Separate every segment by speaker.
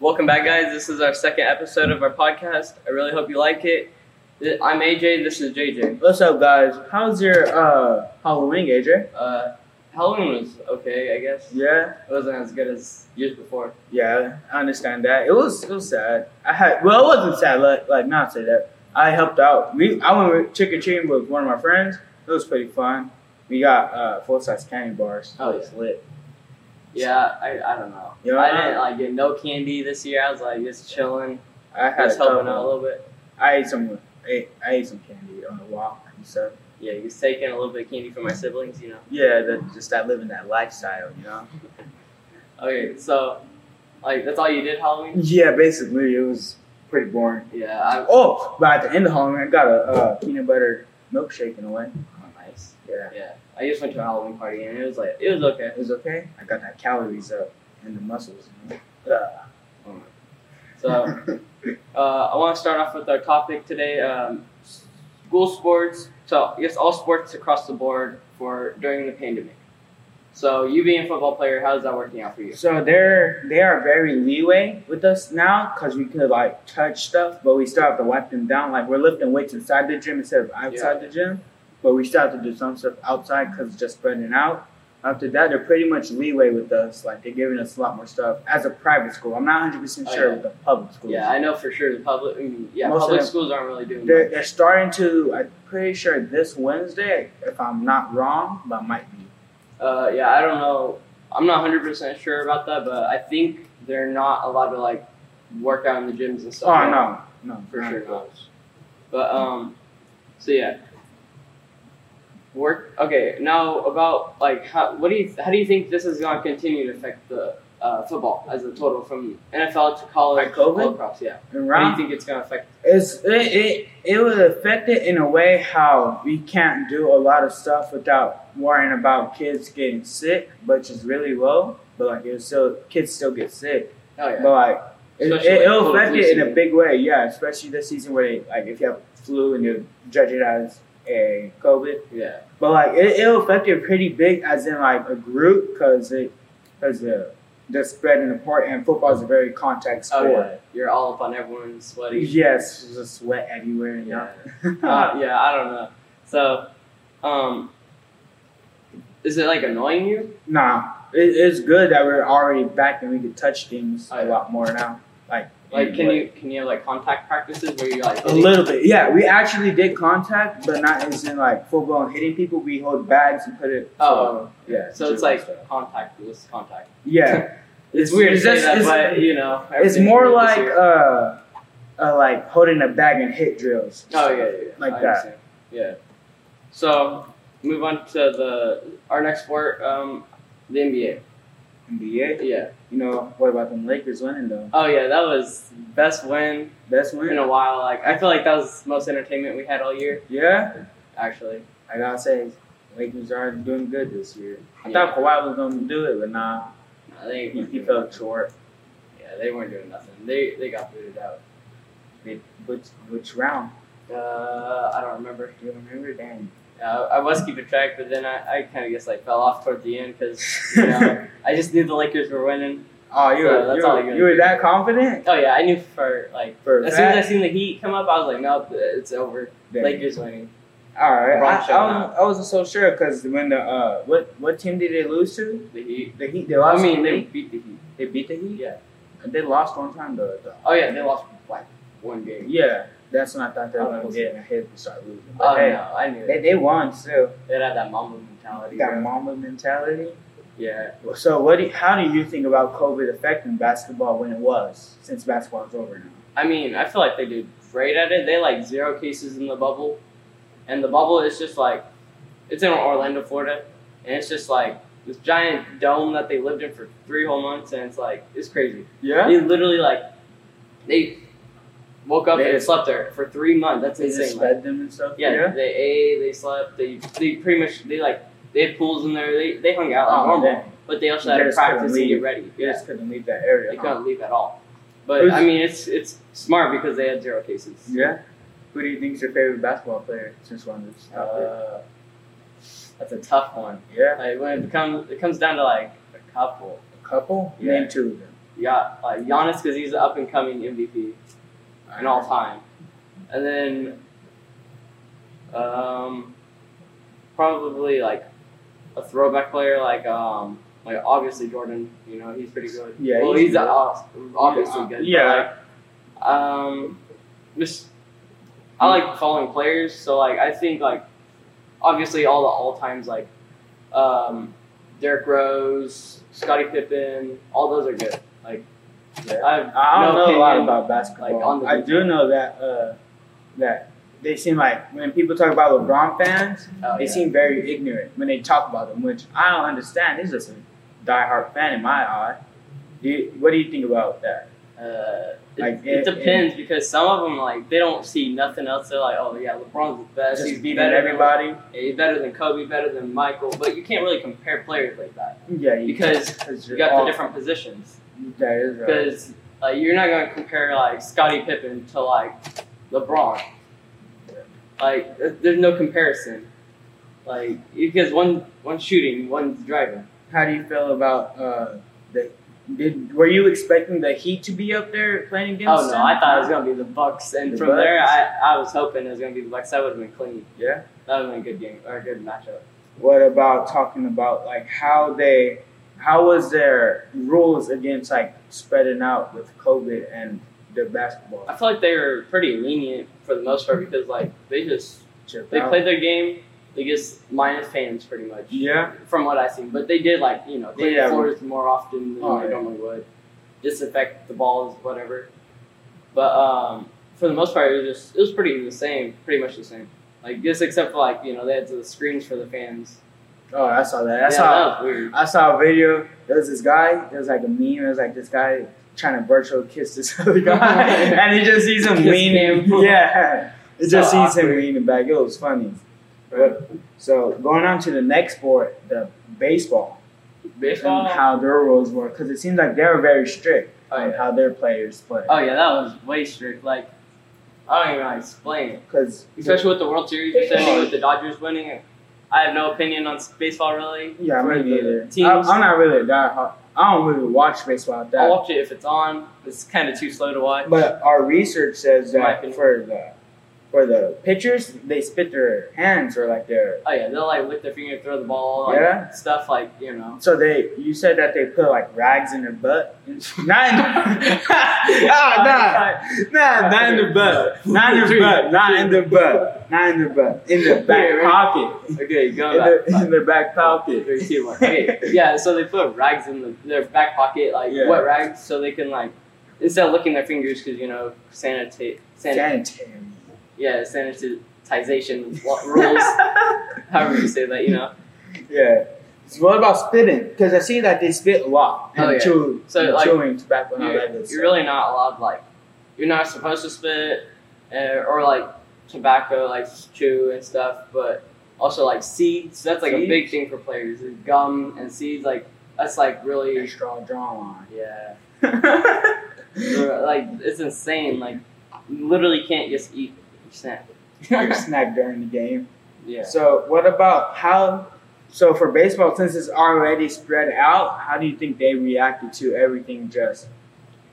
Speaker 1: Welcome back, guys. This is our second episode of our podcast. I really hope you like it. Th- I'm AJ. This is JJ.
Speaker 2: What's up, guys? How's your uh, Halloween, AJ?
Speaker 1: Uh, Halloween was okay, I guess.
Speaker 2: Yeah,
Speaker 1: It wasn't as good as years before.
Speaker 2: yeah, I understand that. It was it was sad. I had well, it wasn't sad. Like like not say that. I helped out. We I went trick or treating with one of my friends. It was pretty fun. We got uh, full size candy bars.
Speaker 1: Oh, yeah.
Speaker 2: It's lit.
Speaker 1: Yeah, I, I don't know.
Speaker 2: You know
Speaker 1: I
Speaker 2: what I
Speaker 1: didn't like get no candy this year. I was like just chilling,
Speaker 2: I had
Speaker 1: just
Speaker 2: a
Speaker 1: helping out a
Speaker 2: couple.
Speaker 1: little bit.
Speaker 2: I ate some. I ate, I ate some candy on the walk and stuff.
Speaker 1: Yeah, he was taking a little bit of candy from my siblings, you know.
Speaker 2: Yeah, that, just that living that lifestyle, you know.
Speaker 1: Okay, so like that's all you did Halloween?
Speaker 2: Yeah, basically it was pretty boring.
Speaker 1: Yeah, I,
Speaker 2: Oh, but at the end of Halloween, I got a uh, peanut butter milkshake in a way.
Speaker 1: oh, nice.
Speaker 2: Yeah,
Speaker 1: Yeah, I just went to a Halloween party and it was like it was okay.
Speaker 2: it was okay. I got that calories up and the muscles. You know? uh,
Speaker 1: So uh, I want to start off with our topic today: um, school sports. So yes, all sports across the board for during the pandemic. So you being a football player, how's that working out for you?
Speaker 2: so they're they are very leeway with us now because we could like touch stuff, but we still have to wipe them down. Like we're lifting weights inside the gym instead of outside the gym, but we still have to do some stuff outside because it's just spreading out. After that, they're pretty much leeway with us. Like they're giving us a lot more stuff as a private school. I'm not 100 percent
Speaker 1: Oh,
Speaker 2: sure
Speaker 1: yeah.
Speaker 2: with the public schools.
Speaker 1: Yeah, I know for sure the public. I mean, yeah,
Speaker 2: Most of
Speaker 1: public
Speaker 2: them-
Speaker 1: schools aren't really doing.
Speaker 2: They're,
Speaker 1: much.
Speaker 2: they're starting to. I'm pretty sure this Wednesday, if I'm not wrong, but I might be.
Speaker 1: Uh, yeah, I don't know. I'm not 100 percent sure about that, but I think they're not allowed to like work out in the gyms and stuff.
Speaker 2: oh
Speaker 1: right?
Speaker 2: no, no,
Speaker 1: for
Speaker 2: no.
Speaker 1: sure not. But um, so yeah. Work okay now about like how what do you how do you think this is going to continue to affect the uh, football as a total from NFL to college
Speaker 2: Like COVID?
Speaker 1: all across yeah how
Speaker 2: And
Speaker 1: do you
Speaker 2: Ron,
Speaker 1: think it's going to affect
Speaker 2: it's it, it it was affected in a way how we can't do a lot of stuff without worrying about kids getting sick, which is really low. But like it's still kids still get sick,
Speaker 1: oh yeah
Speaker 2: but like. It,
Speaker 1: Especially,
Speaker 2: it,
Speaker 1: like,
Speaker 2: it'll
Speaker 1: flu
Speaker 2: affect it in a
Speaker 1: season.
Speaker 2: big way, yeah. Especially this season where, they, like, if you have flu and you judge it as a COVID,
Speaker 1: yeah
Speaker 2: But like it, it affected pretty big, as in like a group, because it, because the the spreading apart, and football is a very contact
Speaker 1: oh
Speaker 2: sport.
Speaker 1: yeah you're all up on everyone sweaty
Speaker 2: Yes, there's a sweat everywhere. you know?
Speaker 1: yeah uh, yeah I don't know so um is it like annoying you
Speaker 2: nah, it, it's good that we're already back and we can touch things
Speaker 1: Oh, yeah.
Speaker 2: a lot more now. Like
Speaker 1: like
Speaker 2: in
Speaker 1: can
Speaker 2: Mm, what-
Speaker 1: you can you have like contact practices where you like
Speaker 2: A little bit, yeah. We actually did contact, but not as in like football and hitting people. We hold bags and put it.
Speaker 1: Oh.
Speaker 2: yeah.
Speaker 1: so it's like contactless contact
Speaker 2: yeah.
Speaker 1: It's, weird to
Speaker 2: it's
Speaker 1: say
Speaker 2: just-
Speaker 1: that,
Speaker 2: it's-
Speaker 1: but you know,
Speaker 2: It's
Speaker 1: everything's
Speaker 2: more
Speaker 1: weird this
Speaker 2: like
Speaker 1: year.
Speaker 2: uh, uh, like holding a bag and hit drills.
Speaker 1: oh yeah, yeah, yeah.
Speaker 2: like
Speaker 1: I
Speaker 2: that.
Speaker 1: understand. Yeah. So move on to the our next sport, um, the NBA.
Speaker 2: NBA.
Speaker 1: Yeah.
Speaker 2: You know what about them Lakers winning though?
Speaker 1: Oh yeah, that was best win
Speaker 2: Best win.
Speaker 1: in a while. Like I feel like that was the most entertainment we had all year.
Speaker 2: Yeah,
Speaker 1: Actually.
Speaker 2: I gotta say, Lakers are doing good this year. I
Speaker 1: Yeah.
Speaker 2: thought Kawhi was gonna do it, but nah,
Speaker 1: I think
Speaker 2: he, he fell short.
Speaker 1: yeah, they weren't doing nothing. They they got booted out.
Speaker 2: They, which which round?
Speaker 1: Uh, I don't remember.
Speaker 2: Do you remember, Danny?
Speaker 1: Uh, I was keeping track, but then I, I kind of guess like fell off toward the end because you know I just knew the Lakers were winning.
Speaker 2: oh, you
Speaker 1: Uh,
Speaker 2: were,
Speaker 1: that's
Speaker 2: you,
Speaker 1: all I
Speaker 2: were,
Speaker 1: got.
Speaker 2: you were that confident?
Speaker 1: Oh yeah, I knew for like
Speaker 2: For
Speaker 1: As soon as I
Speaker 2: that?
Speaker 1: seen the Heat come up, I was like, nope, it's over.
Speaker 2: Dang.
Speaker 1: Lakers winning.
Speaker 2: all right,
Speaker 1: Wrong
Speaker 2: I,
Speaker 1: show
Speaker 2: I,
Speaker 1: now.
Speaker 2: was, I wasn't so sure because when the uh, what what team did they lose to?
Speaker 1: The Heat.
Speaker 2: The Heat. They lost.
Speaker 1: I mean,
Speaker 2: to the
Speaker 1: they
Speaker 2: Heat?
Speaker 1: beat the Heat.
Speaker 2: they beat the Heat.
Speaker 1: Yeah.
Speaker 2: They lost one time though. though.
Speaker 1: Oh yeah, they lost like one game.
Speaker 2: Yeah, that's when I thought they were
Speaker 1: Oh,
Speaker 2: gonna get in their head and start losing. But
Speaker 1: Oh
Speaker 2: hey,
Speaker 1: no, I knew it.
Speaker 2: They, they won still.
Speaker 1: They had that Mamba mentality.
Speaker 2: You got
Speaker 1: bro.
Speaker 2: mama mentality.
Speaker 1: Yeah.
Speaker 2: So what? Do you, how do you think about COVID affecting basketball when it was? Since basketball is over now.
Speaker 1: I mean, I feel like they did great at it. They like zero cases in the bubble, and the bubble is just like, it's in Orlando, Florida, and it's just like this giant dome that they lived in for three whole months, and it's like it's crazy. They literally like, they woke up
Speaker 2: They
Speaker 1: and
Speaker 2: just-
Speaker 1: slept there for three months. That's
Speaker 2: They
Speaker 1: insane.
Speaker 2: just
Speaker 1: like-
Speaker 2: fed them and stuff.
Speaker 1: Yeah, they ate, they slept, they they pretty much they like they had pools in there. They they hung out like
Speaker 2: Oh,
Speaker 1: normal,
Speaker 2: dang.
Speaker 1: but they also
Speaker 2: They
Speaker 1: had to
Speaker 2: just couldn't
Speaker 1: practice and get
Speaker 2: leave.
Speaker 1: ready.
Speaker 2: They
Speaker 1: Yeah,
Speaker 2: just couldn't leave that
Speaker 1: they
Speaker 2: area. huh?
Speaker 1: couldn't leave at all. But
Speaker 2: Who's-
Speaker 1: I mean, it's it's smart because they had zero cases.
Speaker 2: Yeah. Who do you think is your favorite basketball player since one of this topic?
Speaker 1: Uh, that's a tough one.
Speaker 2: Yeah,
Speaker 1: Like when it becomes it comes down to like a couple.
Speaker 2: a couple.
Speaker 1: Yeah.
Speaker 2: Name two of them.
Speaker 1: Yeah, like Giannis because he's an up and coming MVP in all time, and then um, probably like a throwback player like um like obviously Jordan. You know he's pretty good.
Speaker 2: Yeah,
Speaker 1: well
Speaker 2: he's
Speaker 1: he's,
Speaker 2: good.
Speaker 1: ob- obviously
Speaker 2: Yeah,
Speaker 1: good. but,
Speaker 2: yeah.
Speaker 1: like, um, just I like following players, so like I think like obviously all the all times like um, Derrick Rose, Scottie Pippen, all those are good. Like
Speaker 2: Yeah.
Speaker 1: I've
Speaker 2: I don't
Speaker 1: no
Speaker 2: know a lot
Speaker 1: opinion.
Speaker 2: about basketball.
Speaker 1: Like, on the
Speaker 2: I do know that uh, that they seem like when people talk about LeBron fans,
Speaker 1: oh,
Speaker 2: they
Speaker 1: yeah.
Speaker 2: seem very ignorant when they talk about him, which I don't understand. He's just a diehard fan in my eye. Do you, what do you think about that?
Speaker 1: Uh, it,
Speaker 2: Like,
Speaker 1: it
Speaker 2: it-
Speaker 1: depends because some of them like they don't see nothing else. They're like, oh yeah, LeBron's the best.
Speaker 2: Just
Speaker 1: he's
Speaker 2: beating
Speaker 1: better
Speaker 2: everybody.
Speaker 1: Than, he's better than Kobe, better than Michael. But you can't really compare players like that
Speaker 2: Yeah, you,
Speaker 1: because
Speaker 2: because
Speaker 1: you
Speaker 2: you're
Speaker 1: got
Speaker 2: all-
Speaker 1: the different positions.
Speaker 2: That is right.
Speaker 1: Because like you're not gonna compare like Scottie Pippen to like LeBron. Like there- there's no comparison. Like because one one shooting, one's driving.
Speaker 2: How do you feel about uh, the? Did were you expecting the Heat to be up there playing against?
Speaker 1: Oh no,
Speaker 2: them?
Speaker 1: I thought it was gonna be the Bucks, and
Speaker 2: The
Speaker 1: from there
Speaker 2: Bucks?
Speaker 1: I, I was hoping it was gonna be the Bucks. That would have been clean.
Speaker 2: Yeah.
Speaker 1: That would have been a good game or a good matchup.
Speaker 2: What about talking about like how they, how was their rules against like spreading out with COVID and the basketball?
Speaker 1: I feel like they were pretty lenient for the most part because like they just
Speaker 2: Chip
Speaker 1: they
Speaker 2: out?
Speaker 1: played their game. They just minus fans pretty much.
Speaker 2: Yeah.
Speaker 1: from what I've seen. But they did like you know clean
Speaker 2: Yeah.
Speaker 1: the floors more often than
Speaker 2: Oh,
Speaker 1: they
Speaker 2: yeah.
Speaker 1: normally would, disinfect the balls, whatever. But um, for the most part, it was just it was pretty the same, pretty much the same. Like just except for like you know they had the screens for the fans.
Speaker 2: Oh, I saw that. I
Speaker 1: yeah,
Speaker 2: saw.
Speaker 1: that was weird.
Speaker 2: I saw a video. There was this guy. There was like a meme. It was like this guy trying to virtual kiss this other guy, and he just sees him
Speaker 1: Kiss
Speaker 2: leaning.
Speaker 1: him.
Speaker 2: Yeah, it just
Speaker 1: So
Speaker 2: sees him
Speaker 1: awkward.
Speaker 2: leaning back. It was funny. But, so going on to the next sport, the baseball,
Speaker 1: Baseball.
Speaker 2: and how their rules were, because it seems like they were very strict
Speaker 1: oh
Speaker 2: on
Speaker 1: yeah.
Speaker 2: how their players play.
Speaker 1: Oh yeah, that was way strict. Like I don't even know how to explain it.
Speaker 2: Because
Speaker 1: Especially with the World Series, especially with the Dodgers winning. I have no opinion on s- baseball really.
Speaker 2: yeah,
Speaker 1: For
Speaker 2: me
Speaker 1: the
Speaker 2: neither.
Speaker 1: Teams.
Speaker 2: I'm, I'm not really a diehard. I don't really watch baseball that.
Speaker 1: I'll watch it if it's on. It's kind of too slow to watch.
Speaker 2: But our research says
Speaker 1: In my
Speaker 2: that
Speaker 1: opinion.
Speaker 2: for the for the pitchers, they spit their hands or like their
Speaker 1: Oh yeah, they'll like lick their finger, throw the ball, like,
Speaker 2: Yeah.
Speaker 1: stuff like you know.
Speaker 2: so they you said that they put like rags in their butt. Not in ah, nah, nah, not in the butt. Not in the butt. Not in the butt. Not in the butt. In the back
Speaker 1: Yeah,
Speaker 2: pocket.
Speaker 1: Okay,
Speaker 2: In
Speaker 1: go back.
Speaker 2: their, in their back pocket.
Speaker 1: Three, two, one. Okay. Yeah, so they put rags in the, their back pocket, like
Speaker 2: Yeah.
Speaker 1: wet rags, so they can like instead of licking their fingers because you know sanitate, san-
Speaker 2: Sanitary.
Speaker 1: yeah, sanitization wa- rules, however you say that, you know.
Speaker 2: Yeah. So what about spitting? Because I see that they spit a lot and
Speaker 1: Oh, yeah.
Speaker 2: chew,
Speaker 1: So,
Speaker 2: and
Speaker 1: like,
Speaker 2: chewing tobacco and all
Speaker 1: You're,
Speaker 2: that good
Speaker 1: you're
Speaker 2: stuff.
Speaker 1: really not allowed like you're not supposed to spit uh, or like tobacco, like chew and stuff, but also like seeds. That's like a
Speaker 2: Seeds?
Speaker 1: big thing for players. is gum and seeds, like that's like really
Speaker 2: straw draw line.
Speaker 1: yeah. like it's insane. Like you literally can't just eat a snack.
Speaker 2: Your snack during the game.
Speaker 1: yeah.
Speaker 2: So what about how? So for baseball, since it's already spread out, how do you think they reacted to everything just to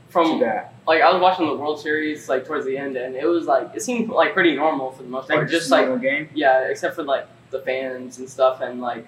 Speaker 1: From
Speaker 2: that?
Speaker 1: like I was watching the World Series like towards the end, and it was like it seemed like pretty normal for the most part. Just like
Speaker 2: normal game.
Speaker 1: Yeah, except for like the fans and stuff, and like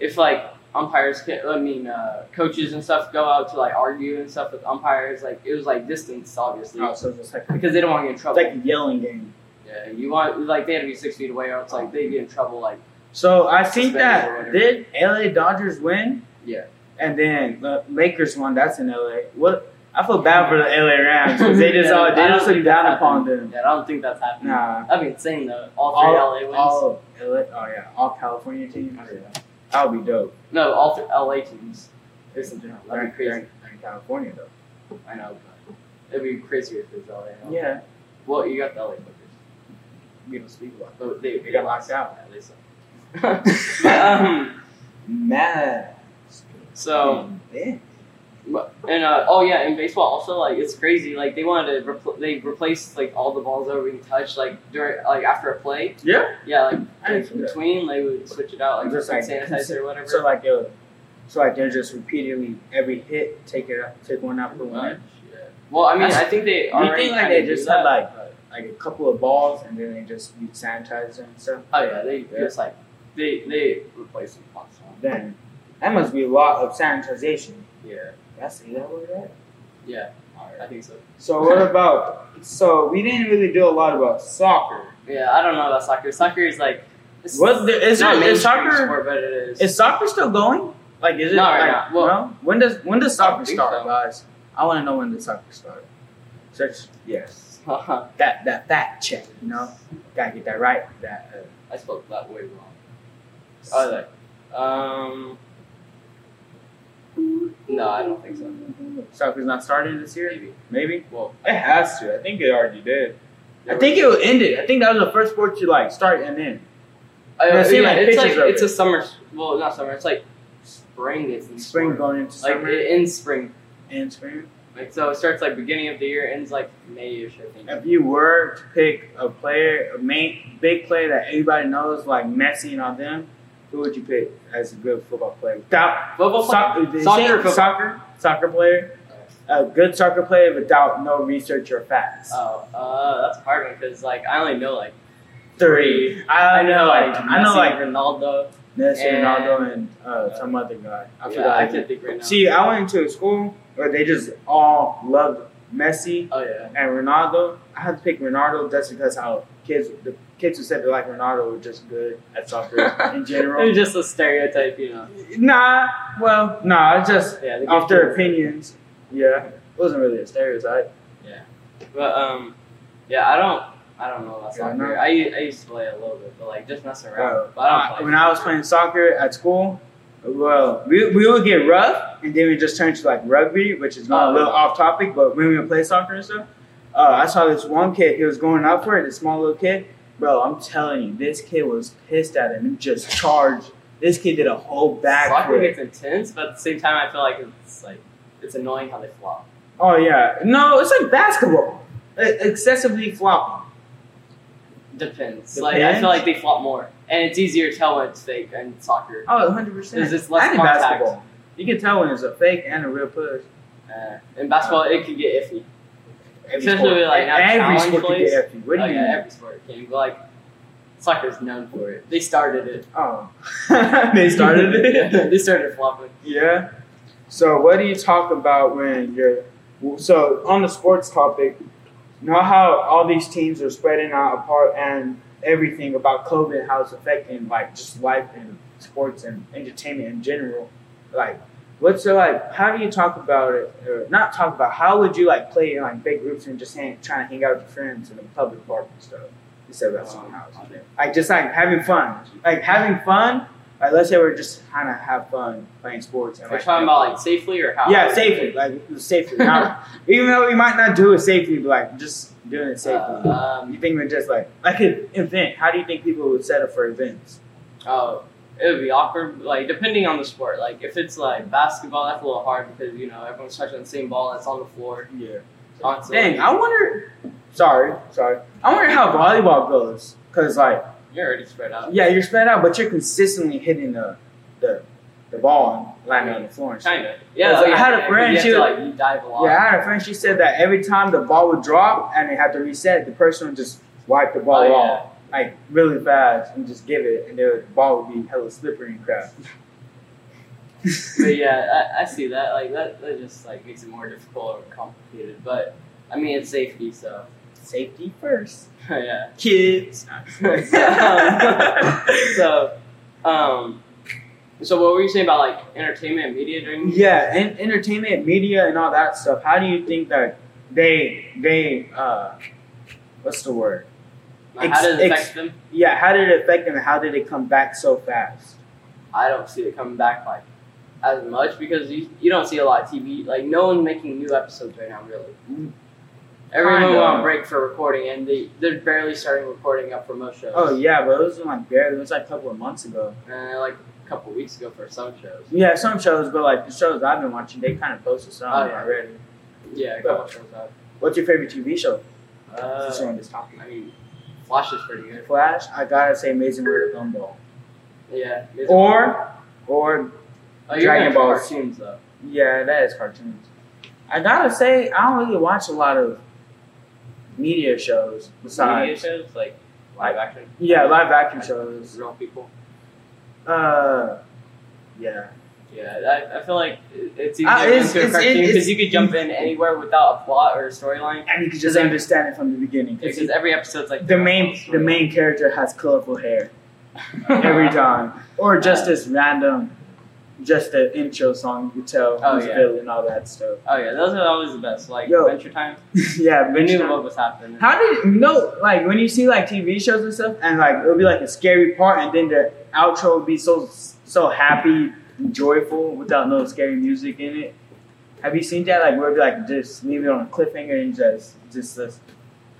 Speaker 1: if like umpires, can, I mean uh, coaches and stuff go out to like argue and stuff with umpires, like it was like distance obviously
Speaker 2: Oh, so just like
Speaker 1: because they don't want to get in
Speaker 2: it's
Speaker 1: trouble.
Speaker 2: like a yelling game.
Speaker 1: yeah, you want like they had to be six feet away, or else like they get in trouble. Like
Speaker 2: So I think
Speaker 1: Suspended or
Speaker 2: that
Speaker 1: whatever.
Speaker 2: did LA Dodgers win?
Speaker 1: Yeah.
Speaker 2: And then the Lakers won. That's in LA. What? I feel bad for the LA Rams because they just
Speaker 1: Yeah,
Speaker 2: all
Speaker 1: I
Speaker 2: they
Speaker 1: don't
Speaker 2: just look
Speaker 1: think that's
Speaker 2: down upon
Speaker 1: happened.
Speaker 2: them.
Speaker 1: yeah, I don't think that's happening.
Speaker 2: Nah.
Speaker 1: I've been saying though, all three LA wins.
Speaker 2: all LA, oh yeah, all California teams. That would be dope.
Speaker 1: no, all three LA teams. There's something else.
Speaker 2: They're
Speaker 1: That'd
Speaker 2: in-
Speaker 1: be crazy.
Speaker 2: they're in- they're in California though.
Speaker 1: I know. But it'd be crazier if it was LA.
Speaker 2: Yeah.
Speaker 1: Well, you got the LA Clippers.
Speaker 2: We don't speak about.
Speaker 1: But they,
Speaker 2: They got locked out.
Speaker 1: Yeah, they suck. but, um,
Speaker 2: Mad.
Speaker 1: so
Speaker 2: Yeah.
Speaker 1: but- and uh, oh yeah, in baseball also like it's crazy. Like they wanted to repl- they replaced like all the balls that were being touched like during like after a play.
Speaker 2: Yeah?
Speaker 1: Yeah, like
Speaker 2: I didn't see
Speaker 1: in
Speaker 2: that.
Speaker 1: between they would switch it out like
Speaker 2: Just, like,
Speaker 1: sanitizer or whatever.
Speaker 2: So like it was So like they're just repeatedly every hit take it up, take one out for
Speaker 1: Right.
Speaker 2: one.
Speaker 1: Yeah. Well, I mean,
Speaker 2: That's-
Speaker 1: I think they
Speaker 2: Do you
Speaker 1: already
Speaker 2: think like
Speaker 1: kinda
Speaker 2: they
Speaker 1: do
Speaker 2: just
Speaker 1: that.
Speaker 2: had like like a couple of balls and then they just use sanitizer and stuff?
Speaker 1: Oh yeah, they
Speaker 2: Yeah.
Speaker 1: just like they they replace them constantly.
Speaker 2: Then that must be a lot of sanitization.
Speaker 1: Yeah.
Speaker 2: That's is that what it is?
Speaker 1: Yeah, I
Speaker 2: Alright.
Speaker 1: think so.
Speaker 2: So what about so we didn't really do a lot about soccer.
Speaker 1: Yeah, I don't know about soccer. Soccer is like it's
Speaker 2: What the, is,
Speaker 1: not
Speaker 2: it, is
Speaker 1: mainstream
Speaker 2: soccer
Speaker 1: sport, but it is.
Speaker 2: is soccer still going? Like is it
Speaker 1: Not right
Speaker 2: like,
Speaker 1: now. Well-
Speaker 2: no? When does when does
Speaker 1: I
Speaker 2: soccer
Speaker 1: don't think
Speaker 2: start,
Speaker 1: so.
Speaker 2: guys? I want to know when the soccer started. Search yes.
Speaker 1: I
Speaker 2: That that fact check, you know, gotta get that right. That uh,
Speaker 1: spoke that way wrong. Oh, like, um, no, I don't think so.
Speaker 2: soccer's not starting this year.
Speaker 1: Maybe.
Speaker 2: Maybe
Speaker 1: Well,
Speaker 2: it has to. I think it already did. I
Speaker 1: there
Speaker 2: think
Speaker 1: was-
Speaker 2: it ended. I think that was the first sport to like start and end.
Speaker 1: I-
Speaker 2: I've seen,
Speaker 1: yeah,
Speaker 2: like,
Speaker 1: it's like
Speaker 2: pictures of
Speaker 1: it's
Speaker 2: it.
Speaker 1: a summer. Well, not summer. It's like spring. It's in
Speaker 2: Spring
Speaker 1: Sport.
Speaker 2: going into
Speaker 1: Like
Speaker 2: summer
Speaker 1: it ends spring.
Speaker 2: and spring.
Speaker 1: Like so, it starts like beginning of the year, ends like Mayish, I think.
Speaker 2: If you were to pick a player, a main big player that everybody knows, like Messi and all them, who would you pick as a good football player? Without
Speaker 1: Football.
Speaker 2: soccer, they say
Speaker 1: Soccer or football?
Speaker 2: soccer, soccer player, a good soccer player without no research or facts.
Speaker 1: Oh, uh, that's a hard one because like I only know like
Speaker 2: Three. I, know, like Uh, I know,
Speaker 1: Messi,
Speaker 2: like
Speaker 1: Ronaldo.
Speaker 2: Messi,
Speaker 1: and-
Speaker 2: Ronaldo, and uh, some other guy. I
Speaker 1: yeah,
Speaker 2: forgot.
Speaker 1: I
Speaker 2: his
Speaker 1: can't think right now.
Speaker 2: See, I went to a school where they just all loved Messi
Speaker 1: oh yeah.
Speaker 2: and Ronaldo. I had to pick Ronaldo just because how kids the kids who said they like Ronaldo were just good at soccer in general.
Speaker 1: It's just a stereotype, you know.
Speaker 2: Nah, well, nah, it's just
Speaker 1: Yeah. they get
Speaker 2: off their
Speaker 1: kids.
Speaker 2: opinions. Yeah, it wasn't really a stereotype.
Speaker 1: But um, yeah, I don't, I don't know about
Speaker 2: Yeah, I
Speaker 1: soccer.
Speaker 2: know.
Speaker 1: I, u- I used to play a little bit, but like just messing around.
Speaker 2: Bro,
Speaker 1: but I don't play.
Speaker 2: when I was playing soccer at school, well, we, we would get rough, and then we just turn to like rugby, which is
Speaker 1: Oh,
Speaker 2: not a little off topic, but when we would play soccer and stuff, uh, I saw this one kid. He was going up for it, this small little kid. Bro, I'm telling you, this kid was pissed at him. He just charged. This kid did a whole
Speaker 1: soccer
Speaker 2: backflip.
Speaker 1: gets intense, but at the same time, I feel like it's like it's annoying how they flop.
Speaker 2: Oh yeah, no, it's like basketball, E- excessively flopping.
Speaker 1: Depends. Like I feel like they flop more, and it's easier to tell when it's fake. And soccer,
Speaker 2: Oh, 100 percent.
Speaker 1: There's just less contact.
Speaker 2: basketball. You can tell when it's a fake and a real push.
Speaker 1: uh, in basketball, it can get iffy.
Speaker 2: Every
Speaker 1: Especially
Speaker 2: sport.
Speaker 1: with, like, now
Speaker 2: every
Speaker 1: challenge
Speaker 2: sport can
Speaker 1: plays.
Speaker 2: get FU. What do
Speaker 1: like,
Speaker 2: you
Speaker 1: uh,
Speaker 2: mean?
Speaker 1: Every sport can, but like soccer's known for it. They started it.
Speaker 2: Oh, they started
Speaker 1: Yeah,
Speaker 2: it.
Speaker 1: they started flopping.
Speaker 2: yeah. So what do you talk about when you're? So on the sports topic, you know how all these teams are spreading out apart and everything about COVID, how it's affecting like just life and sports and entertainment in general. Like, what's your like? How do you talk about it? Or not talk about? How would you like play in like big groups and just hang, trying to hang out with your friends in a public park and stuff instead of at someone's house? like just like having fun, like having fun. Like let's say we're just trying to have fun playing sports. And,
Speaker 1: We're
Speaker 2: like,
Speaker 1: talking about like safely or how?
Speaker 2: yeah, safely, like safely. Not, even though we might not do it safely, but like just doing it safely.
Speaker 1: Uh, um,
Speaker 2: you think we're just like like an event? How do you think people would set up for events?
Speaker 1: Oh, it would be awkward. Like depending on the sport. Like if it's like basketball, that's a little hard because you know everyone's touching the same ball. It's on the floor
Speaker 2: Yeah.
Speaker 1: constantly.
Speaker 2: Dang, I wonder. Sorry, sorry. I wonder how volleyball goes because like
Speaker 1: You're already spread out.
Speaker 2: yeah, you're spread out, but you're consistently hitting the the the ball and landing on the floor. And stuff.
Speaker 1: Kind of. Yeah.
Speaker 2: Because
Speaker 1: like,
Speaker 2: I had a
Speaker 1: yeah,
Speaker 2: friend,
Speaker 1: You have
Speaker 2: she
Speaker 1: to,
Speaker 2: was-
Speaker 1: like you dive a lot.
Speaker 2: Yeah, I had a friend. She said that every time the ball would drop and it had to reset, the person would just wipe the ball
Speaker 1: Oh, yeah.
Speaker 2: off like really fast and just give it, and the ball would be hella slippery and crap.
Speaker 1: But yeah, I, I see that. Like that, that just like makes it more difficult or complicated. But I mean, it's safety, so
Speaker 2: Safety first,
Speaker 1: yeah.
Speaker 2: kids.
Speaker 1: So, um, so what were you saying about like entertainment and media during?
Speaker 2: yeah, and entertainment, media, and all that stuff. How do you think that they they uh, what's the word?
Speaker 1: Like, how does it
Speaker 2: Ex-
Speaker 1: affect
Speaker 2: ex-
Speaker 1: them?
Speaker 2: Yeah, how did it affect them? and How did it come back so fast?
Speaker 1: I don't see it coming back like as much because you, you don't see a lot of TV. Like no one's making new episodes right now, really.
Speaker 2: Mm.
Speaker 1: Everyone
Speaker 2: Kinda.
Speaker 1: went on break for recording, and they they're barely starting recording up for most shows.
Speaker 2: Oh yeah, but it was like barely. It was like a couple of months ago.
Speaker 1: Uh, like a couple weeks ago for some shows.
Speaker 2: Yeah, some shows, but like the shows I've been watching, they kind of posted some
Speaker 1: Oh, yeah.
Speaker 2: already.
Speaker 1: Yeah, a couple shows out.
Speaker 2: What's your favorite TV show? Since we're
Speaker 1: Uh,
Speaker 2: on this topic.
Speaker 1: I mean, Flash is pretty good.
Speaker 2: Flash, I gotta say, Amazing World of Gumball,
Speaker 1: Yeah. it's-
Speaker 2: or or
Speaker 1: Oh, you're
Speaker 2: Dragon uh,
Speaker 1: into
Speaker 2: Balls.
Speaker 1: cartoons though.
Speaker 2: Yeah, that is cartoons. I gotta say, I don't really watch a lot of media shows besides.
Speaker 1: Media shows like live action,
Speaker 2: Yeah, live action shows.
Speaker 1: real people.
Speaker 2: Uh, yeah.
Speaker 1: Yeah, I, I feel like it- it's easier
Speaker 2: Uh,
Speaker 1: to
Speaker 2: it's-
Speaker 1: into a
Speaker 2: it's- it-
Speaker 1: cartoon
Speaker 2: it's-
Speaker 1: because you could jump in anywhere without a plot or a storyline.
Speaker 2: And you can just understand it from the beginning.
Speaker 1: It's just every episode's like
Speaker 2: the main the main character has colorful hair every time, or just this random, just the intro song. You could tell
Speaker 1: Oh,
Speaker 2: who's
Speaker 1: yeah.
Speaker 2: villain, all that stuff.
Speaker 1: Oh yeah, those are always the best. Like
Speaker 2: Yo.
Speaker 1: Adventure Time,
Speaker 2: yeah,
Speaker 1: we knew
Speaker 2: Benjamin.
Speaker 1: what was happening.
Speaker 2: How did you know? Like when you see like TV shows and stuff, and like it'll be like a scary part, and then the outro will be so so happy, and joyful without no scary music in it. Have you seen that? Like where it be like just leave it on a cliffhanger and just just this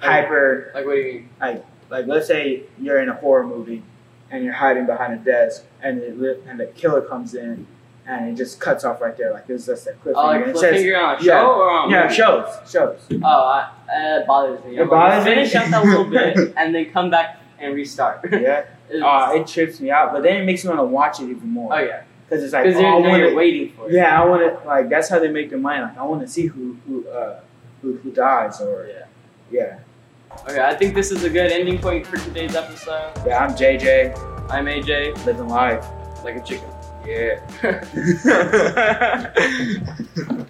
Speaker 1: Oh,
Speaker 2: hyper.
Speaker 1: Like what do you mean?
Speaker 2: Like let's say you're in a horror movie and you're hiding behind a desk, and it, li- and the killer comes in, and it just cuts off right there. Like it's just a cliffhanger.
Speaker 1: Oh, like
Speaker 2: it says,
Speaker 1: cliffhanger on a show
Speaker 2: yeah.
Speaker 1: or on a
Speaker 2: yeah,
Speaker 1: movie?
Speaker 2: shows, shows.
Speaker 1: Oh, I, uh, it bothers me.
Speaker 2: It
Speaker 1: I'm like,
Speaker 2: bothers you?
Speaker 1: finish up that little bit and then come back and restart.
Speaker 2: Yeah,
Speaker 1: It's-
Speaker 2: uh, it trips me out, but then it makes me want to watch it even more.
Speaker 1: oh yeah,
Speaker 2: Cause it's like
Speaker 1: because
Speaker 2: oh, I
Speaker 1: you're, now
Speaker 2: wanna-
Speaker 1: you're waiting for it.
Speaker 2: yeah, I want to like that's how they make their money. Like I want to see who who uh who, who dies or
Speaker 1: Yeah.
Speaker 2: yeah
Speaker 1: Okay, I think this is a good ending point for today's episode.
Speaker 2: yeah. I'm JJ
Speaker 1: I'm AJ,
Speaker 2: living life.
Speaker 1: like a chicken.
Speaker 2: Yeah.